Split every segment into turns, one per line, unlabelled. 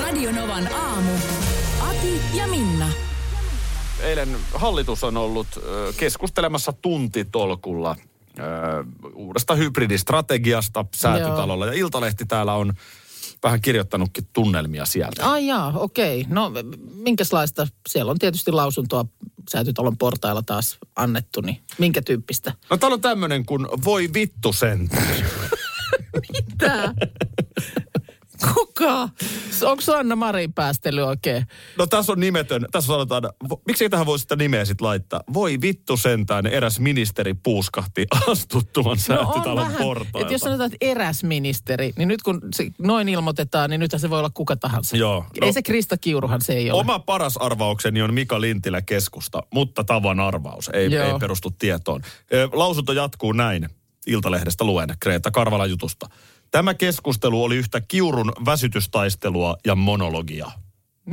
Radionovan aamu. Ati ja Minna.
Eilen hallitus on ollut ö, keskustelemassa tuntitolkulla ö, uudesta hybridistrategiasta säätytalolla. Ja Iltalehti täällä on vähän kirjoittanutkin tunnelmia sieltä.
Ai jaa, okei. No minkälaista? Siellä on tietysti lausuntoa säätytalon portailla taas annettu, niin minkä tyyppistä?
No täällä on tämmönen kuin voi vittu sen.
Tää. Kuka? Onko Anna Marin päästely oikein?
No tässä on nimetön, tässä sanotaan, vo- miksi tähän voi sitä nimeä sitten laittaa? Voi vittu sentään, eräs ministeri puuskahti
No,
astuttuman säätytalon portailta.
Että jos sanotaan, että eräs ministeri, niin nyt kun se noin ilmoitetaan, niin nythän se voi olla kuka tahansa.
Joo,
Ei
no-
se Krista Kiuruhan se ei ole.
Oma paras arvaukseni on Mika Lintilä keskusta, mutta tavan arvaus, ei,
Joo.
ei perustu tietoon. Ö, Lausunto jatkuu näin, Iltalehdestä luen Kreeta Karvalan jutusta. Tämä keskustelu oli yhtä kiurun väsytystaistelua ja monologia.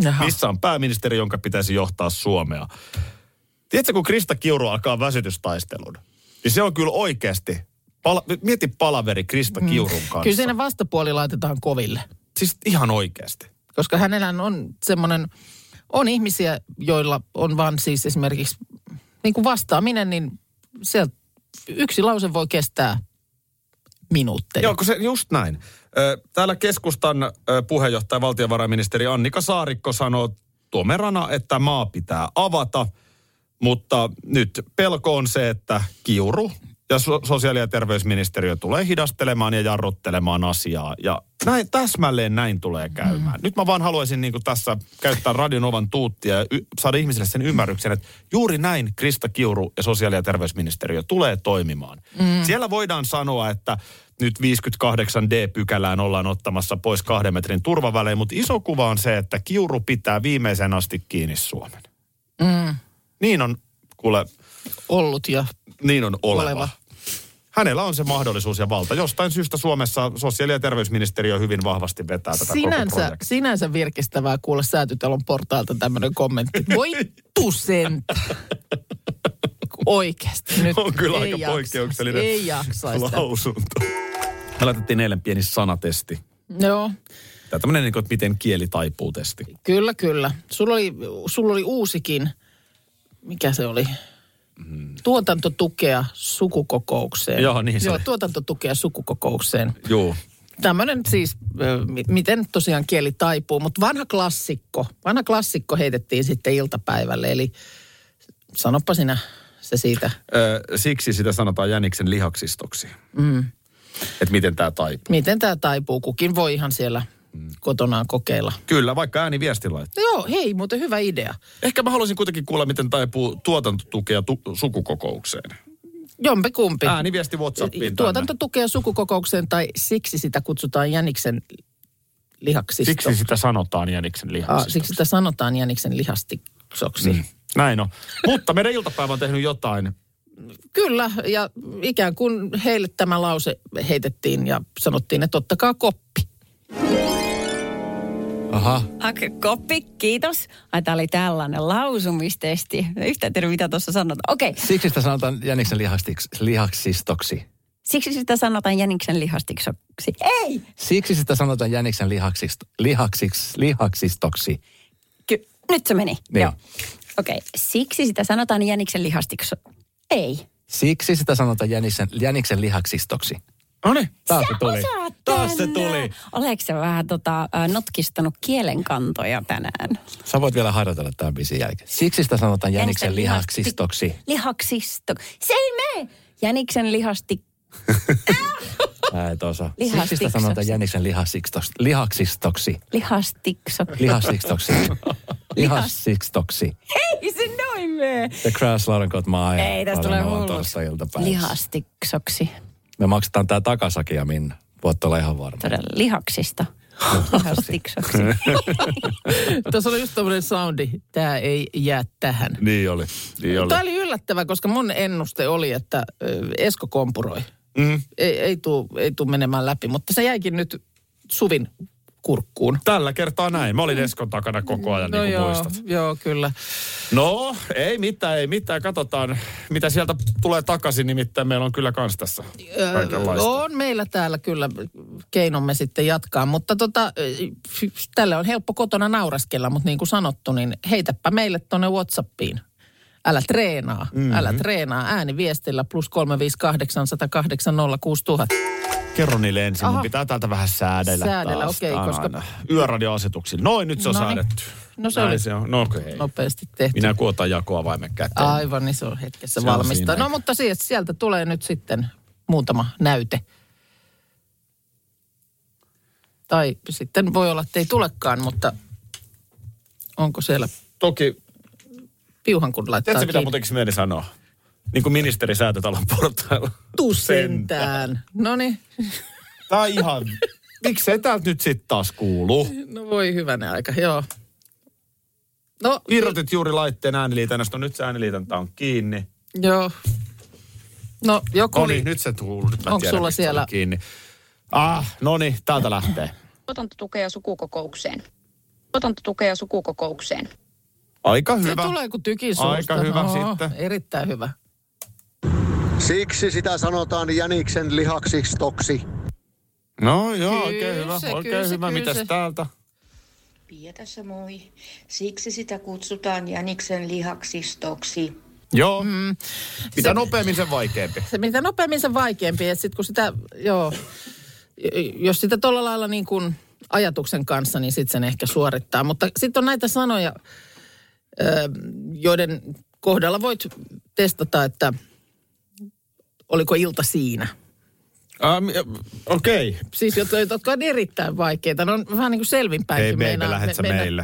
Jaha.
Missä on pääministeri, jonka pitäisi johtaa Suomea? Tiedätkö, kun Krista Kiuru alkaa väsytystaistelun, niin se on kyllä oikeasti, pala, mieti palaveri Krista Kiurun kanssa.
Mm. Kyllä siinä vastapuoli laitetaan koville.
Siis ihan oikeasti.
koska hänellä on semmoinen, on ihmisiä, joilla on vaan siis esimerkiksi niin kuin vastaaminen, niin sieltä yksi lause voi kestää minuutteja.
Joo, kun se just näin. Ö, Täällä keskustan ö, puheenjohtaja, valtiovarainministeri Annika Saarikko sanoo tuomerana, että maa pitää avata, mutta nyt pelko on se, että kiuru ja so- sosiaali- ja terveysministeriö tulee hidastelemaan ja jarruttelemaan asiaa. Ja näin, täsmälleen näin tulee käymään. Nyt mä vaan haluaisin niin kuin tässä käyttää Radionovan tuuttia ja y- saada ihmisille sen ymmärryksen, että juuri näin Krista Kiuru ja sosiaali- ja terveysministeriö tulee toimimaan. Siellä voidaan sanoa, että nyt 58D-pykälään ollaan ottamassa pois kahden metrin turvavälein, mutta iso kuva on se, että Kiuru pitää viimeisen asti kiinni Suomen. Niin on, kuule,
Ollut ja
niin on oleva. oleva.
Oleva.
Hänellä on se mahdollisuus ja valta. Jostain syystä Suomessa sosiaali- ja terveysministeriö hyvin vahvasti vetää tätä koko
sinänsä,
projektia.
sinänsä virkistävää kuulla säätytalon portaalta tämmöinen kommentti. Voi pusent! Oikeasti. Nyt
On kyllä
ei
aika
jaksaisi,
poikkeuksellinen
Ei jaksaisi.
lausunto. Me laitettiin eilen pieni sanatesti.
Joo.
Tämä tämmöinen, niin kuin, että miten kieli taipuu testi.
Kyllä, kyllä. Sulla oli, sulla oli uusikin, mikä se oli? Tuotantotukea sukukokoukseen.
Joo, niin se
Joo,
oli.
tuotantotukea sukukokoukseen.
Joo.
Tämmöinen siis, ö, mi- miten tosiaan kieli taipuu, mutta vanha klassikko, vanha klassikko heitettiin sitten iltapäivälle, eli sanoppa sinä se siitä.
Ö, siksi sitä sanotaan jäniksen lihaksistoksi. Mm. Että miten tämä taipuu.
Miten tämä taipuu, kukin voi ihan siellä
Mm.
kotonaan kokeilla.
Kyllä, vaikka ääniviesti laittaa.
Joo, hei, muuten hyvä idea.
Ehkä mä haluaisin kuitenkin kuulla, miten taipuu tuotantotukea tu- sukukokoukseen.
Jompikumpi.
Ääniviesti WhatsAppiin tänne.
Tuotantotukea sukukokoukseen tai siksi sitä kutsutaan jäniksen lihaksisto.
Siksi sitä sanotaan jäniksen
ah,
lihaksistoksi.
siksi sitä sanotaan jäniksen lihastiksoksi. Mm.
Näin on. Mutta meidän iltapäivä on tehnyt jotain.
Kyllä, ja ikään kuin heille tämä lause heitettiin ja sanottiin, että ottakaa koppi.
Aha.
Ak, koppi, kiitos. Ai, tää oli tällainen lausumistesti. Yhtä tiedä, mitä tuossa sanotaan. Okei,
Siksi sitä sanotaan jäniksen lihastiks, lihaksistoksi.
siksi sitä sanotaan jäniksen lihastiksoksi. Ei!
Siksi sitä sanotaan jäniksen lihaksist, lihaksiks, lihaksistoksi.
Ky- Nyt se meni.
Niin.
Okei, siksi sitä sanotaan jäniksen lihastiksoksi. Ei.
Siksi sitä sanotaan jäniksen, jäniksen lihaksistoksi.
No niin.
Taas se tuli.
Osaat
Taas se
tänään.
tuli.
Oletko sä vähän tota, ö, notkistanut kielenkantoja tänään?
Sä voit vielä harjoitella tämän biisin jälkeen. Siksi sitä sanotaan jäniksen lihaksistoksi.
Lihaksisto. Se ei mene! Jäniksen lihasti.
Ää, et osaa. Siksi sitä
Lihakstiksoksi.
sanotaan jäniksen lihaksistoksi. Lihaksistoksi.
Lihastiksoksi.
Lihaksistoksi. Lihaksistoksi.
Ei se noin mene!
The Crash Lauren Kotmaa
Ei, tästä tulee
Tuossa
hulluksi.
iltapäivässä.
Lihastiksoksi.
Me maksetaan tää takasakia, Minna. Voit olla ihan varma.
Todella lihaksista. Hastiksoksi.
Tuossa oli just tämmöinen soundi, tämä ei jää tähän.
Niin oli, niin oli.
Tämä oli yllättävä, koska mun ennuste oli, että ö, Esko kompuroi.
Mm.
Ei, ei tuu, ei tuu menemään läpi, mutta se jäikin nyt Suvin kurkkuun.
Tällä kertaa näin. Mä olin Eskon takana koko ajan, niin kuin
Mm, no joo,
muistat.
joo, kyllä.
No, ei mitään, ei mitään. Katsotaan, mitä sieltä tulee takaisin. Nimittäin meillä on kyllä kans tässä kaikenlaista.
No, on meillä täällä kyllä keinomme sitten jatkaa, mutta tota, ö, tälle on helppo kotona nauraskella, mutta niin kuin sanottu, niin heitäpä meille tuonne Whatsappiin. Älä treenaa, mm-hmm. älä treenaa ääniviestillä plus 358 108 06000.
Kerro niille ensin,
Aha.
mun pitää täältä vähän säädellä
Säädellä,
taas.
okei,
Tää on
koska-
aina Yöradioasetuksilla. Noin, nyt se on
Noniin.
säädetty.
No se
Näin
oli.
se on. No okei.
Nopeasti tehty.
Minä kuotan jakoa vai me käteen.
Aivan, niin se on hetkessä
Se on
valmista.
siinä.
No mutta si- sieltä tulee nyt sitten muutama näyte. Tai sitten voi olla, että ei tulekaan, mutta onko siellä
Toki,
piuhan, kun laittaa
tiedätkö mitä
kiinni?
muutenkin mieli sanoa? Niin kuin ministeri säätötalon portailla.
Tuu sentään. No niin,
Tai ihan, miksei täältä nyt sitten taas kuulu?
no voi hyvänä aika, joo. No,
Irrotit juuri laitteen ääniliitännöstä, nyt se ääniliitäntä on kiinni.
joo. No, joku
No
oli.
niin, nyt se kuuluu. Nyt mä
Onks
tiedän,
sulla
mistä se
siellä-
oli Kiinni. Ah, no niin, täältä lähtee.
tuotantotukea sukukokoukseen. Tuotantotukea sukukokoukseen.
Aika
Se
hyvä.
tulee kuin tykin suusta.
Aika hyvä
Oo,
sitten.
Erittäin hyvä.
Siksi sitä sanotaan jäniksen lihaksistoksi.
No joo,
Kyllä
oikein hyvä.
se, kyllä
Oikein
se,
hyvä.
kyllä
Mitäs
se.
täältä?
Pietässä moi. Siksi sitä kutsutaan jäniksen lihaksistoksi.
Joo. Mm. Mitä se... nopeammin, sen vaikeampi.
se mitä nopeammin sen vaikeampi. Et sit kun sitä, joo, jos sitä tuolla lailla niin kuin ajatuksen kanssa, niin sitten sen ehkä suorittaa. Mutta sitten on näitä sanoja, ö, joiden kohdalla voit testata, että oliko ilta siinä.
Ähm, Okei. Okay.
Siis jotka, jotka on erittäin vaikeita. Ne on vähän niin kuin selvinpäinkin.
Ei, baby,
meinaa-
lähet sä
meinaa-
meille.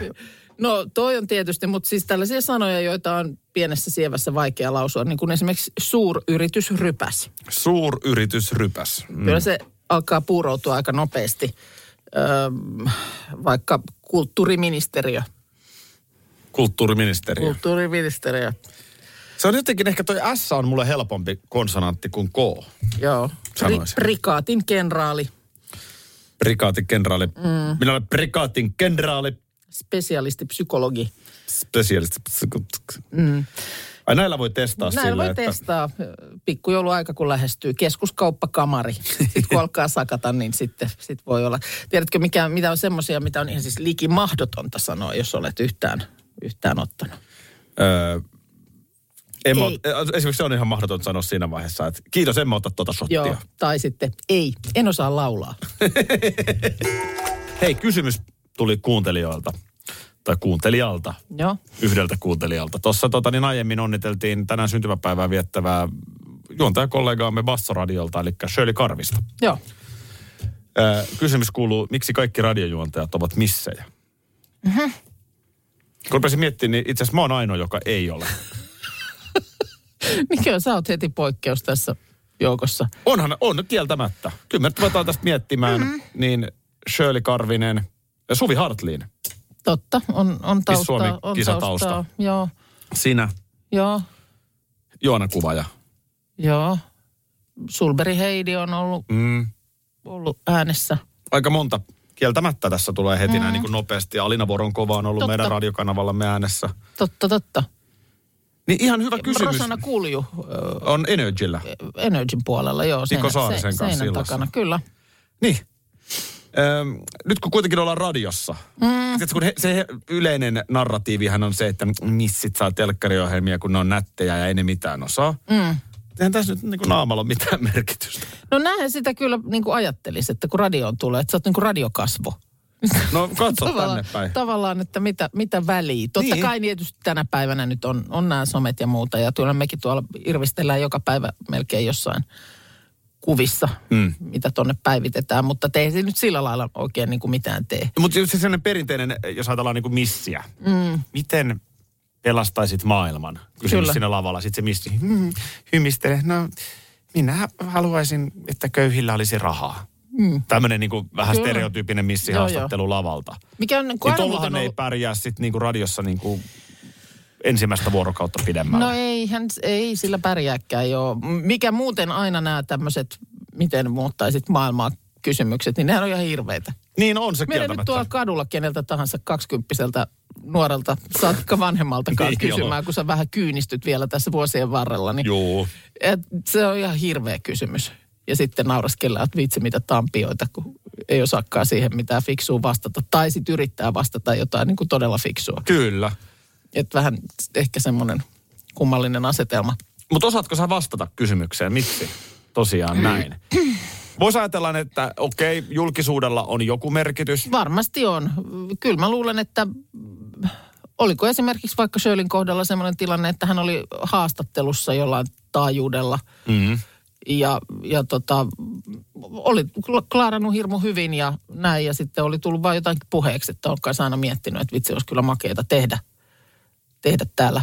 No toi on tietysti, mutta siis tällaisia sanoja, joita on pienessä sievässä vaikea lausua. Niin kuin esimerkiksi suuryritysrypäs.
Suuryritys rypäs. Mm.
Kyllä se alkaa puuroutua aika nopeasti, öö, vaikka kulttuuriministeriö.
Kulttuuriministeriö. Kult.
Kulttuuriministeriö,
Se on jotenkin ehkä toi S on mulle helpompi konsonantti kuin K.
joo.
Sanoisin.
prikaatin kenraali,
Prikaatin kenraali. Mm. Minä olen prikaatin kenraali.
spesialisti, psykologi.
Spesialisti. Mm. Ai näillä voi testaa
Näin
sillä,
voi
että...
testaa ö, pikkujouluaika, kun lähestyy keskuskauppakamari. Sitten kun alkaa sakata, niin sitten sit voi olla. Tiedätkö, mikä, mitä on semmoisia, mitä on ihan siis liki mahdotonta sanoa, jos olet yhtään, yhtään ottanut?
Öö, en mä,
Ei.
ot- esimerkiksi se on ihan mahdoton sanoa siinä vaiheessa, että kiitos, en mä ota tuota shottia.
Joo, tai sitten ei, en osaa laulaa.
Hei, kysymys tuli kuuntelijoilta, tai kuuntelijalta,
Joo.
yhdeltä kuuntelijalta. Tuossa tota, niin aiemmin onniteltiin tänään syntymäpäivää viettävää juontajakollegaamme Bassoradiolta, eli Shirley Karvista.
Joo.
Öö, kysymys kuuluu, miksi kaikki radiojuontajat ovat missejä? Mm-hmm. Kun rupesin miettimään, niin itse asiassa mä oon ainoa, joka ei ole.
Niin kyllä sä oot heti poikkeus tässä joukossa.
Onhan, on kieltämättä. Kyllä me nyt ruvetaan tästä miettimään, mm-hmm. niin Shirley Karvinen ja Suvi Hartlin.
Totta, on, on taustaa.
Suomi
on
kisatausta?
taustaa. Joo,
Sinä,
joo,
Joona Kuvaja.
joo. Sulberi Heidi on ollut,
Mm.
ollut äänessä.
Aika monta kieltämättä tässä tulee heti mm. näin niin kuin nopeasti. Ja Alina Voronkova on ollut Totta.
Totta.
meidän radiokanavallamme äänessä.
Totta, totta.
Niin ihan hyvä kysymys
Rosanna Kulju ö,
on Energyllä.
Energyn puolella, joo.
Niko
seinä-
Saarisen
se-
kanssa
seinän
illassa.
takana, kyllä.
Niin. Öm, nyt kun kuitenkin ollaan radiossa, mm. kun he, se he- yleinen narratiivihan on se, että missit saa telkkariohjelmia, kun ne on nättejä ja ei ne mitään osaa. Mm. Eihän tässä nyt niin kuin naamalla ole mitään merkitystä.
No näinhän sitä kyllä niin kuin ajattelisi, että kun radioon tulee, että sä oot niin kuin radiokasvo.
No katso
Tavallaan,
tänne päin.
tavallaan, että mitä, mitä väliä. Totta
Niin.
niin. kai tietysti tänä päivänä nyt on, on nämä somet ja muuta. Ja tuolla mekin tuolla irvistellään joka päivä melkein jossain kuvissa, mm. mitä tonne päivitetään. Mutta ei se nyt sillä lailla oikein niin kuin mitään tee.
Mutta se sellainen perinteinen, jos ajatellaan niin kuin missiä. Mm. Miten pelastaisit maailman? Kysymys
Kyllä.
siinä lavalla. Sitten se missi Mm. hmm, hymistelee. No, minä haluaisin, että köyhillä olisi rahaa. Mm. Tämmöinen niin kuin vähän
Kyllä.
stereotyypinen missihaastattelu lavalta.
Mikä on niin
Niin
arvoton
tollahan ei
ollut.
pärjää sitten niinku radiossa niinku ensimmäistä vuorokautta pidemmällä.
No ei, hän, ei sillä pärjääkään joo. M- Mikä muuten aina nämä tämmöiset, miten muuttaisit maailmaa kysymykset, niin nehän on ihan hirveitä.
Niin on se
Meidän nyt
kieltämättä.
tuolla kadulla keneltä tahansa kaksikymppiseltä nuorelta, saatikka vanhemmaltakaan
Niin, joo.
kysymään, kun sä vähän kyynistyt vielä tässä vuosien varrella. Niin
Juu.
et, se on ihan hirveä kysymys. Ja sitten nauraskellaan, että vitsi mitä tampioita, kun ei osaakaan siihen mitään fiksua vastata. Tai sitten yrittää vastata jotain niin kuin todella fiksua.
Kyllä.
Että vähän ehkä semmoinen kummallinen asetelma.
Mutta osaatko sä vastata kysymykseen, miksi? Tosiaan näin. Voisi ajatella, että okei, julkisuudella on joku merkitys.
Varmasti on. Kyllä mä luulen, että oliko esimerkiksi vaikka Shirleyn kohdalla sellainen tilanne, että hän oli haastattelussa jollain taajuudella.
Mm.
Ja, ja tota, oli kla- klaarannut hirmu hyvin ja näin. Ja sitten oli tullut vain jotain puheeksi, että olkaa aina miettinyt, että vitsi, olisi kyllä makeeta tehdä, tehdä täällä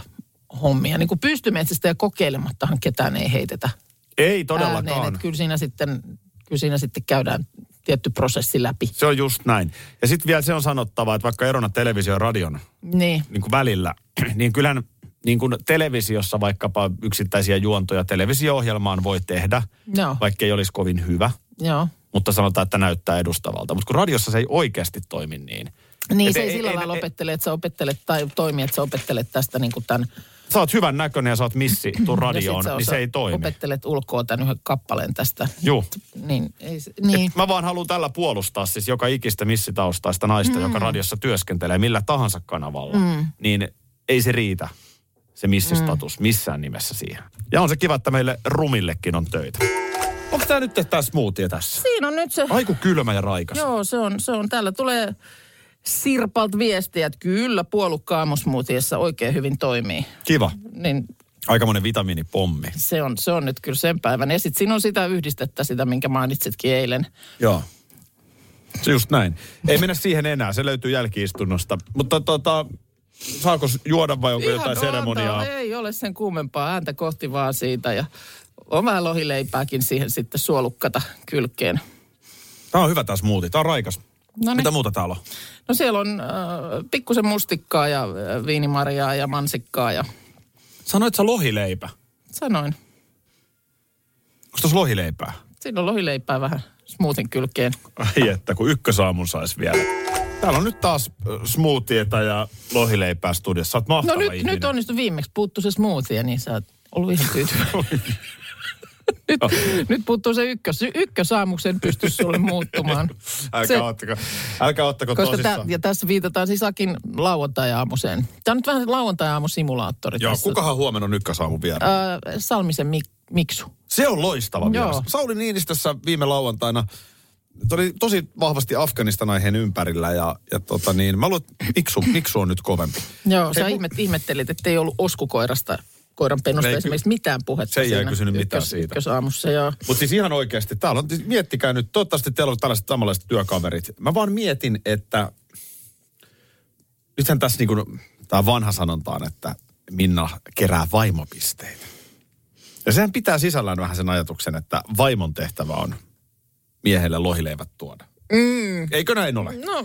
hommia. Niin kuin pystymetsästä ja kokeilemattahan ketään ei heitetä
Ei
ääneen.
todellakaan.
Että kyllä siinä sitten, kyllä siinä sitten käydään tietty prosessi läpi.
Se on just näin. Ja sitten vielä se on sanottava, että vaikka erona televisio ja radion
Niin.
niin kuin välillä, niin kyllähän niin kuin televisiossa vaikkapa yksittäisiä juontoja televisio-ohjelmaan voi tehdä,
Joo.
vaikka ei olisi kovin hyvä,
Joo.
mutta sanotaan, että näyttää edustavalta. Mutta kun radiossa se ei oikeasti toimi niin.
Niin,
Et
se ei,
ei-
sillä
ei-
lailla
ei-
opettele, että sä opettelet tai toimi, että sä opettelet tästä niin kuin tämän.
Sä oot hyvän näköinen ja sä oot missi tuun radioon,
sä
niin
osaat-
se ei toimi.
Opettelet ulkoa tämän yhden kappaleen tästä.
Juu.
Niin, ei, se-
Niin.
niin.
Mä vaan haluan tällä puolustaa siis joka ikistä missitaustaista naista, mm. joka radiossa työskentelee millä tahansa kanavalla. Mm. Niin ei se riitä, se missistatus, mm. missään nimessä siihen. Ja on se kiva, että meille rumillekin on töitä. Onko tää nyt tää smoothie tässä?
Siinä on nyt se.
Aiku kylmä ja raikas.
Joo, se on, se on. Täällä tulee sirpalt viestiä, että kyllä puolukkaamusmuutiessa oikein hyvin toimii.
Kiva.
Niin
Aikamoinen vitamiinipommi.
se on, se on nyt kyllä sen päivän. Ja sitten siinä on sitä yhdistettä, sitä minkä mainitsitkin eilen.
Joo. Se just näin. Ei mennä siihen enää, se löytyy jälkiistunnosta. Mutta tota, saako juoda vai onko jotain
Ihan
seremoniaa?
antaa, Ei ole sen kuumempaa ääntä kohti vaan siitä ja on vähän lohileipääkin siihen sitten suolukkata kylkeen.
Tämä on hyvä tämä smoothie, tämä on raikas.
Noniin.
Mitä muuta täällä on?
No siellä on äh, pikkusen mustikkaa ja äh, viinimarjaa ja mansikkaa ja
Sanoit sä lohileipä.
sanoin.
Onko tuossa lohileipää?
Siinä on lohileipää vähän smoothin kylkeen.
Ai että, kun ykkösaamun sais vielä. Täällä on nyt taas äh, smoothieta ja lohileipää studiossa. Sä oot
No
mahtava
nyt,
ihminen.
nyt onnistu viimeksi. Puuttu se smoothie, niin sä oot ollut ihan tyytyväinen. nyt, nyt puuttuu se ykkös. Ykkösaamuksen pysty sulle muuttumaan.
Älkää
Se-
se... ottako, älkää ottako
Koska tää,
tosissaan.
ja tässä viitataan siis Akin lauantai-aamuseen. Tämä on nyt vähän lauantai-aamusimulaattori
Joo,
tässä.
kukahan huomenna on ykkösaamu vielä?
Ö, Salmisen mik, Miksu.
Se on loistava
Joo.
vieras. Sauli Niinistössä viime lauantaina, se oli tosi vahvasti Afganistan aiheen ympärillä ja, ja tota niin, mä luulen, että Miksu, Miksu on nyt kovempi.
Joo, sä
mu-
ihmet, ihmettelit, että ei ollut oskukoirasta, koiran pennusta
Ei ky-
esimerkiksi mitään puhetta.
Se ei
siinä
kysynyt mitään
ykkös-
siitä.
Ykkösaamussa, joo.
Mutta siis ihan oikeasti, täällä on, miettikää nyt, toivottavasti teillä on tällaiset samanlaiset työkaverit. Mä vaan mietin, että nythän tässä niin kuin, tämä vanha sanontaan, että Minna kerää vaimopisteitä. Ja sehän pitää sisällään vähän sen ajatuksen, että vaimon tehtävä on miehelle lohileivät tuoda. Mm. Eikö näin ole?
No,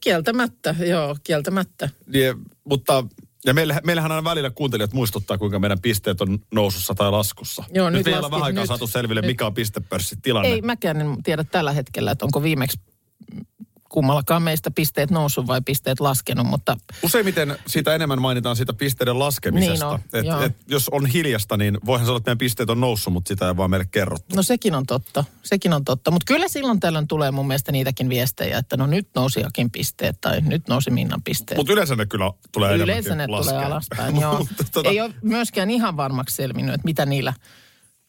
kieltämättä, joo, kieltämättä.
Ja, Niin, mutta ja meillä, meillähän aina välillä kuuntelijat muistuttaa, kuinka meidän pisteet on nousussa tai laskussa.
Joo,
nyt
nyt
vielä
laskit,
vähän aikaa
nyt-
saatu selville,
nyt.
mikä on pistepörssitilanne.
Ei mäkään en tiedä tällä hetkellä, että onko viimeksi kummallakaan meistä pisteet noussut vai pisteet laskenut, mutta
Useimmiten sitä enemmän mainitaan siitä pisteiden laskemisesta.
Niin on,
et,
joo.
et, jos on hiljasta, niin voihan sanoa, että meidän pisteet on noussut, mutta sitä ei vaan meille kerrottu.
No sekin on totta, sekin on totta. Mutta kyllä silloin tällöin tulee mun mielestä niitäkin viestejä, että no nyt nousi Akin pisteet tai nyt nousi Minnan pisteet.
Mutta yleensä ne kyllä tulee
Yleensä ne
enemmänkin
tulee
laskeen.
alaspäin, joo.
Mutta tota,
Ei ole myöskään ihan varmaksi selvinnyt, että mitä niillä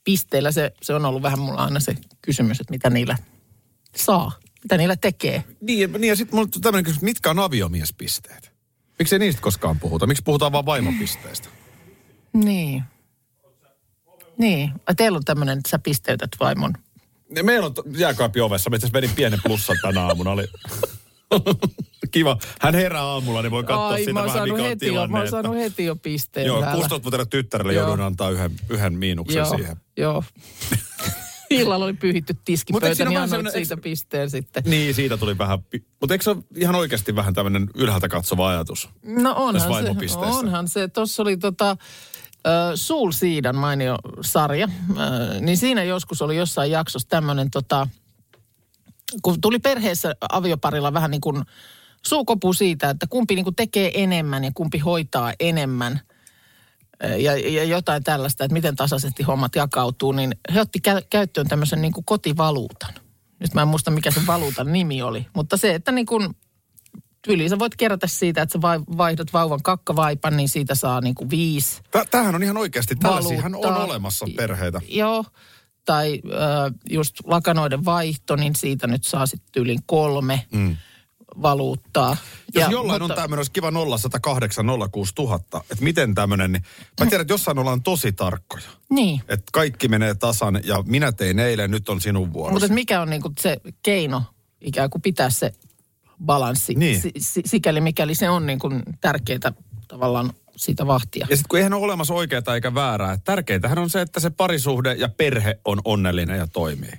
pisteillä, se, se on ollut vähän mulla aina se kysymys, että mitä niillä saa, mitä niillä tekee.
Niin, ja- niin, ja sitten mulla on tämmöinen kysymys, mitkä on aviomiespisteet? Miksi ei niistä koskaan puhuta? Miksi puhutaan vaan vaimopisteistä?
Niin. Niin. Ai, Teillä on tämmöinen, että sä pisteytät vaimon.
Ne- Meillä on to- jääkaappi ovessa. Mä itse asiassa vedin pienen plussan tänä aamuna. Oli... Kiva. Hän herää aamulla, niin voi katsoa
Ai,
siitä
mä oon,
vähän,
saanut
mikä on
heti jo,
tilanne.
mä oon
että-
saanut heti jo pisteen
Joo,
täällä.
16-vuotiaille tyttärelle
Joo.
joudun antaa yhden, yhden miinuksen
Joo,
siihen.
joo. Illalla oli pyyhitty
Mut eikö
tiskipöytä,
siinä
niin
ole vähän
annoit
semmoinen-
siitä pisteen sitten.
Niin, siitä tuli vähän. Mutta eikö se ole ihan oikeasti vähän tämmöinen ylhäältä katsova ajatus?
No
Tässä
onhan se,
vaimopisteessä.
onhan se. Tuossa oli tota, Suul Siidan mainio sarja, ö, niin siinä joskus oli jossain jaksossa tämmöinen, tota, kun tuli perheessä avioparilla vähän niin kuin suukopu siitä, että kumpi niin kuin tekee enemmän ja kumpi hoitaa enemmän ö, ja, ja jotain tällaista, että miten tasaisesti hommat jakautuu, niin he otti kä- käyttöön tämmöisen niin kuin kotivaluutan. Nyt mä en muista, mikä se valuutan nimi oli, mutta se, että niin kuin tyyliin sä voit kerätä siitä, että sä vai- vaihdat vauvan kakkavaipan, niin siitä saa niinku viisi.
Tä- Tämähän on ihan oikeasti, tällaisiahan on
valuuttaa.
olemassa perheitä.
Joo. Tai ö, just lakanoiden vaihto, niin siitä nyt saa sitten tyyliin kolme mm. valuuttaa.
Jos ja, jollain mutta... on tämmöinen, olisi kiva 0108 06000, että miten tämmöinen, niin mä tiedän, että jossain ollaan tosi tarkkoja.
Niin.
Että kaikki menee tasan ja minä tein eilen, nyt on sinun vuorosi.
Mutta mikä on niinku se keino ikään kuin pitää se balanssi,
Niin.
si- si- sikäli mikäli se on niinku tärkeää tavallaan siitä vahtia.
Ja sitten kun eihän ole olemassa oikeaa eikä väärää, että tärkeintähän on se, että se parisuhde ja perhe on onnellinen ja toimii.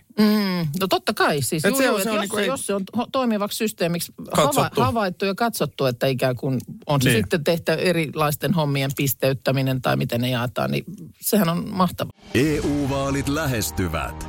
No totta kai, siis
Et
juu,
se on-
juu,
se
että
on
jos,
niinku
se-
ei-
jos se on ho- toimivaksi systeemiksi hava,
Katsottu.
havaittu ja katsottu, että ikään kuin on se
Niin.
sitten tehty erilaisten hommien pisteyttäminen tai miten ne jaetaan, niin sehän on mahtavaa.
EU-vaalit E lähestyvät.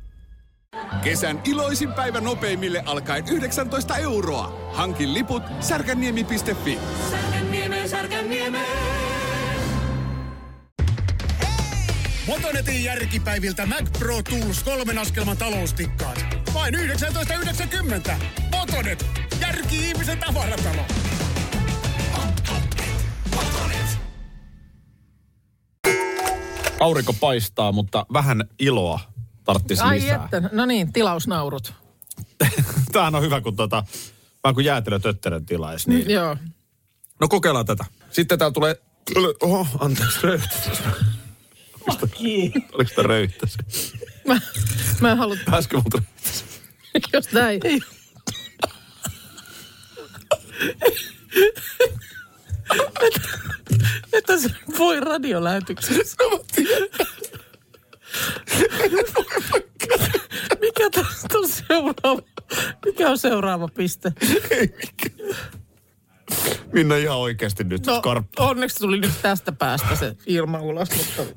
Kesän iloisin päivä nopeimille alkaen 19 euroa. Hankin liput särkänniemi.fi.
Motonetin järkipäiviltä Mac Pro Tools kolmen askelman taloustikkaan. Vain 19,90. Motonet, järki-ihmisen tavaratalo.
Aurinko paistaa, mutta vähän iloa tarttisi
Ai
lisää.
että, no niin, tilausnaurut.
Tämähän on hyvä, kun tota, vähän kuin jäätelö tötterön tilais. Niin.
Niin. Joo.
No kokeillaan tätä. Sitten tää tulee... Oho, anteeksi, röyhtäs. Oliko tämä röyhtäs?
Mä, mä en halua,
Äsken multa röyhtäs.
jos näin. Että se voi radiolähetyksessä. Mikä tästä on seuraava? Mikä on seuraava piste?
Minna ihan oikeasti nyt no.
No,
skarppi.
onneksi tuli nyt tästä päästä se ilma ulos, mutta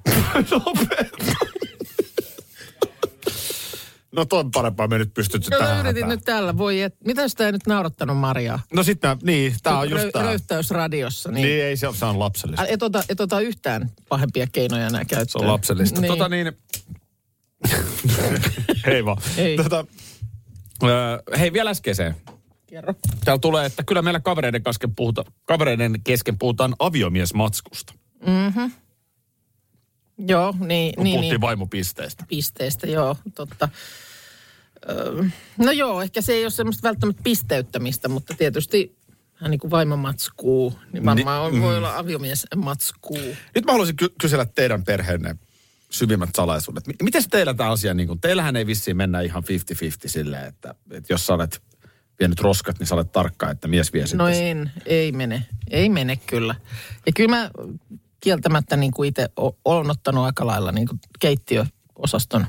No ton parempaa me nyt pystyt no,
mä
tähän
yritin
hätään.
nyt täällä. Voi et, mitä jos tää ei nyt naurattanut Mariaa?
No sit nää, niin, tää on just
Rö-
tää.
Röyhtäys radiossa, niin,
Niin ei se ole, se on lapsellista.
Ä, Et, ota, et ota yhtään pahempia keinoja enää käyttöön.
Se on lapsellista.
Niin.
Tota niin... Hei vaan.
Ei.
Tota, öö, hei vielä äskeiseen.
Kerro.
Täällä tulee, että kyllä meillä kavereiden kesken, puhuta, kavereiden kesken puhutaan aviomiesmatskusta. Kun
Joo, niin, niin,
puhuttiin
niin.
vaimopisteestä.
Pisteestä, joo, totta. Öö, no joo, ehkä se ei ole semmoista välttämättä pisteyttämistä, mutta tietysti hän niin kuin vaimo matskuu, niin varmaan on,
mm.
voi olla aviomies matskuu.
Nyt mä haluaisin ky- kysellä teidän perheenne syvimmät salaisuudet. M- Miten teillä tämä asia, niin kun, teillähän ei vissiin mennä ihan 50-50 silleen, että, että jos sä olet vienyt roskat, niin sä olet tarkka, että mies vie sitten.
No en, ei mene, ei mene kyllä. Ja kyllä mä kieltämättä niin kuin itse olen ottanut aika lailla niin kuin keittiöosaston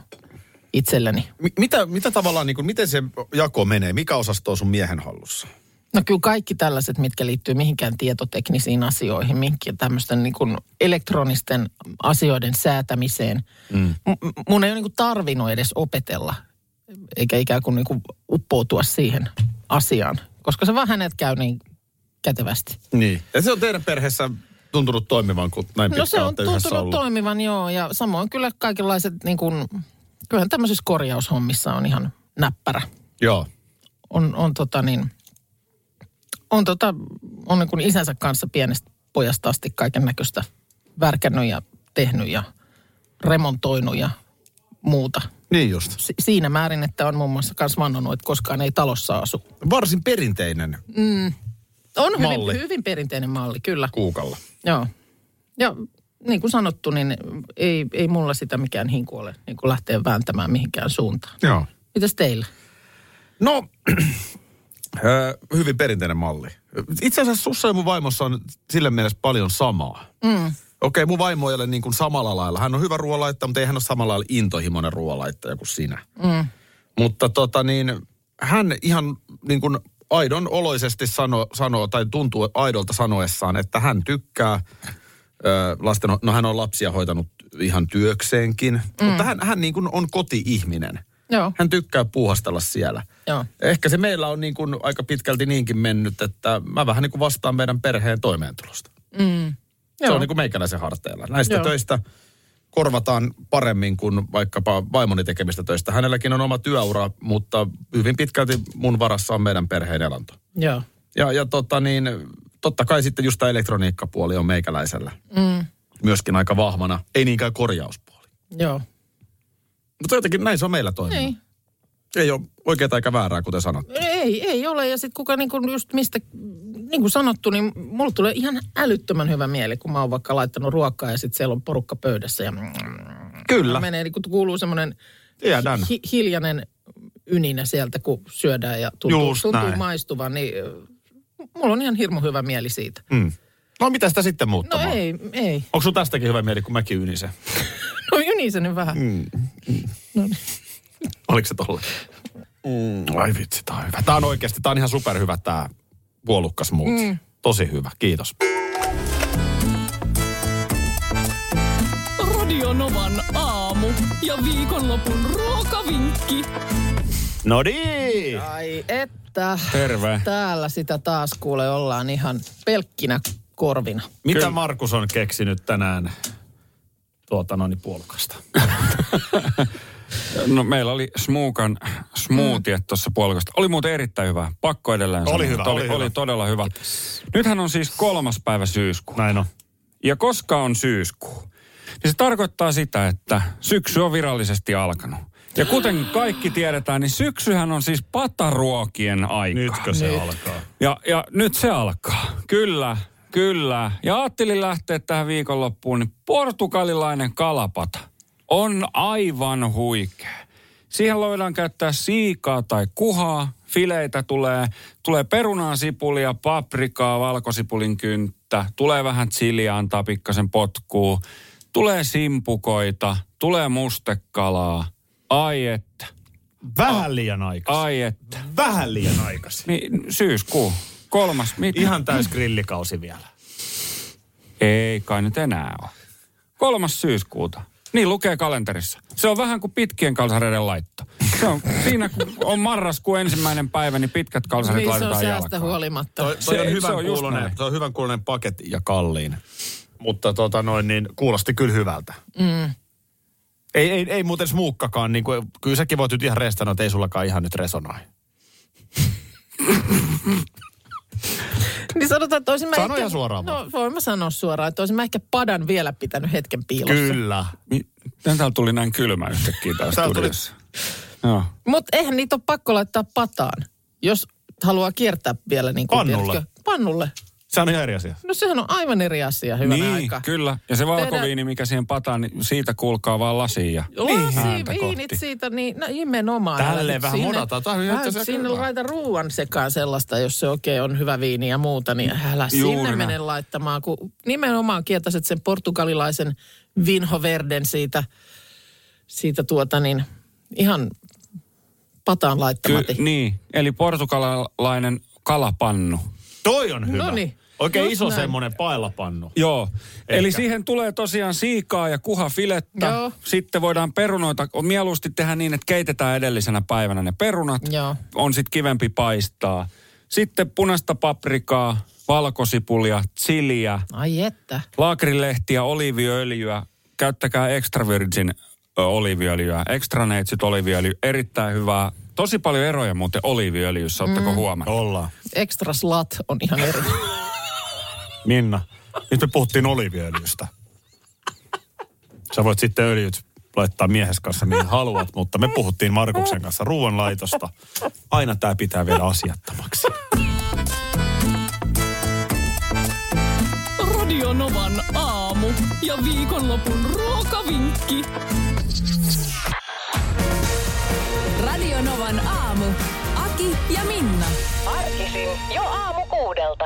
itselleni.
M- mitä, mitä tavallaan, niin kun, miten se jako menee? Mikä osasto on sun miehen hallussa?
No kyllä kaikki tällaiset, mitkä liittyy mihinkään tietoteknisiin asioihin, mihinkin tämmöisten niin kuin elektronisten asioiden säätämiseen. Mm. Mun ei ole niin kuin tarvinnut edes opetella, eikä ikään kuin, niin kuin uppoutua siihen asiaan, koska se vaan hänet käy niin kätevästi.
Niin. Ja se on teidän perheessä tuntunut toimivan, kun näin
No
pitkään
se on
olette yhdessä
tuntunut
ollut.
toimivan, joo. Ja samoin kyllä kaikenlaiset, niin kuin, kyllähän tämmöisissä korjaushommissa on ihan näppärä.
Joo.
On, on tota niin, on tota, on niin kuin isänsä kanssa pienestä pojasta asti kaiken näköistä värkännyt ja tehnyt ja remontoinut ja muuta.
Niin just.
Si- siinä määrin, että on muun muassa myös vannonut, että koskaan ei talossa asu.
Varsin perinteinen
Mm. On
Malli.
hyvin, hyvin perinteinen malli, kyllä.
kuukalla.
Joo. Ja niin kuin sanottu, niin ei, ei mulla sitä mikään hinku ole niin kuin lähteä vääntämään mihinkään suuntaan.
Joo.
Mitäs teillä?
No, ö, hyvin perinteinen malli. Itse asiassa sussa ja mun vaimossa on sille mielessä paljon samaa.
Mm.
Okei, mun vaimo ei ole niin kuin samalla lailla. Hän on hyvä ruoanlaittaja, mutta ei hän ole samalla lailla intohimoinen ruoanlaittaja kuin sinä.
Mm.
Mutta tota niin, hän ihan niin kuin aidon oloisesti sano, sanoo, tai tuntuu aidolta sanoessaan, että hän tykkää ö, lasten, no hän on lapsia hoitanut ihan työkseenkin, mm. mutta hän, hän niin kuin on koti-ihminen.
Joo,
Hän tykkää puuhastella siellä.
joo.
Ehkä se meillä on niin kuin aika pitkälti niinkin mennyt, että mä vähän niin kuin vastaan meidän perheen toimeentulosta.
Mm.
Joo. Se on niin kuin meikäläisen harteilla. Näistä
Joo.
Joo. töistä korvataan paremmin kuin vaikkapa vaimoni tekemistä töistä. Hänelläkin on oma työura, mutta hyvin pitkälti mun varassa on meidän perheen elanto.
Joo.
Ja, ja tota niin, totta kai sitten just tämä elektroniikkapuoli on meikäläisellä
Mm.
myöskin aika vahvana. Ei niinkään korjauspuoli.
Joo.
Mutta jotenkin näin se on meillä toiminut.
Niin.
Ei ole oikeaa eikä väärää, kuten sanot.
Ei, ei ole. Ja sitten kuka niin kuin just mistä, niin kuin sanottu, niin mulla tulee ihan älyttömän hyvä mieli, kun mä oon vaikka laittanut ruokaa ja sitten siellä on porukka pöydässä. Ja
Kyllä,
menee, niin kun kuuluu semmoinen
tiedän.
hi- hiljainen yninä sieltä, kun syödään ja tuntuu,
Just
tuntuu
näin.
maistuvan, niin ö, mulla on ihan hirmu hyvä mieli siitä.
Mm. No mitä sitä sitten
No
muuttamaan?
ei, ei.
Onko sun tästäkin hyvä mieli, kun mäkin ynisen?
No ynisen nyt vähän.
Mm. Oliko se tolle? Mm. Ai vitsi, tää on hyvä. Tää on oikeasti, tää on ihan superhyvä tää puolukkas smoothie.
Mm.
Mm. Tosi hyvä, kiitos.
Radio Novan aamu ja viikonlopun ruokavinkki.
No niin!
Ai että.
Terve.
Täällä sitä taas kuule ollaan ihan pelkkinä korvina.
Mitä Kyllä. Markus on keksinyt tänään tuota noin puolukasta?
No meillä oli Smuukan smoothie tuossa puolikosta. Oli muuten erittäin hyvä. Pakko edelleen
Mm. Oli
sanoa,
hyvä,
että
oli hyvä.
oli todella hyvä. Nythän on siis kolmas päivä syyskuuta.
Näin on.
Ja koska on syyskuu, niin se tarkoittaa sitä, että syksy on virallisesti alkanut. Ja kuten kaikki tiedetään, niin syksyhän on siis pataruokien aika.
Nytkö se Nyt. alkaa?
Ja, ja nyt se alkaa. Kyllä, kyllä. Ja ajattelin lähteä tähän viikonloppuun, niin portugalilainen kalapata on aivan huikea. Siihen voidaan käyttää siikaa tai kuhaa, fileitä tulee, tulee perunaa, sipulia, paprikaa, valkosipulin kynttä, tulee vähän chiliä, antaa pikkasen potkuu, tulee simpukoita, tulee mustekalaa. Ai että,
Vähän liian aikaisin.
ai että.
Vähän liian aikaisin.
Niin, syyskuu, kolmas, mitä?
Ihan täys grillikausi vielä.
Ei kai nyt enää ole. Kolmas syyskuuta. Niin lukee kalenterissa. Se on vähän kuin pitkien kalsareiden laitto. Se on, siinä kun on marraskuun ensimmäinen päivä, niin pitkät kalsarit
Niin se on
laitetaan
säästä
jalkaan.
huolimatta.
Toi, toi
Se-
se, on
se
hyvän
on just
kuulonen,
näin.
toi on hyvän kuulonen paketti ja kalliin. Mutta tota noin, niin kuulosti kyllä hyvältä. Mm. Ei, ei, ei muuten smuukkakaan, niin kuin, kyllä säkin voit nyt ihan restanoa, että ei sullakaan ihan nyt resonoi.
Niin sanotaan, että olisin mä
Sano
ehkä,
ihan suoraan
No voin mä sanoa suoraan, että olisin mä ehkä padan vielä pitänyt hetken piilossa.
Kyllä.
Mi- Miten Niin, täällä tuli näin kylmä yhtäkkiä täällä
Täällä tuli-
studiossa? Joo.
Mutta eihän niitä ole pakko laittaa pataan, jos haluaa kiertää vielä niin kuin,
Pannulle.
tiedätkö, Pannulle.
Sehän on ihan eri asia.
No sehän on aivan eri asia hyvänä
Niin,
aika.
kyllä. Ja se valkoviini, mikä siihen pataan, niin siitä kuulkaa vaan lasiin ja
Lasi,
ääntä
viinit
kohti.
siitä, niin no, nimenomaan.
Tälleen
Älä nyt
vähän
sinne-
modataan. Tää on nyt
älä
tässä
nyt sinne
kyllä.
laita ruuan sekaan sellaista, jos se oikein on hyvä viini ja muuta, niin älä
Juuri
sinne
näin.
mene laittamaan, kun nimenomaan kieltäiset sen portugalilaisen Vinho Verden siitä, siitä tuota niin, ihan pataan laittamati.
Ky- niin, eli portugalilainen kalapannu.
Toi on hyvä.
Noniin.
Oikein
Just
iso
näin.
semmoinen pailapannu.
Joo,
Ehkä.
eli siihen tulee tosiaan siikaa ja kuhafilettä.
Joo.
Sitten voidaan perunoita, on mieluusti tehdä niin, että keitetään edellisenä päivänä ne perunat.
Joo.
On sitten kivempi paistaa. Sitten punaista paprikaa, valkosipulia, chiliä,
Ai että.
laakrilehtiä, oliiviöljyä. Käyttäkää extra virgin ö, oliiviöljyä, extra neitsyt oliiviöljy, erittäin hyvää. Tosi paljon eroja muuten oliiviöljyssä, ootteko mm. huomannut?
Ollaan.
Extra slat on ihan eri.
Minna, nyt me puhuttiin oliviöljystä. Sä voit sitten öljyt laittaa miehes kanssa mihin haluat, mutta me puhuttiin Markuksen kanssa ruoanlaitosta. Aina tämä pitää vielä asiattomaksi.
Radionovan aamu ja viikonlopun ruokavinkki.
Radio Novan aamu. Aki ja Minna.
Arkisin jo aamu kuudelta.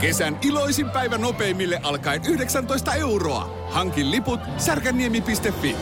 Kesän iloisin päivä nopeimmille alkaen 19 euroa. Hankin liput särkänniemi.fi.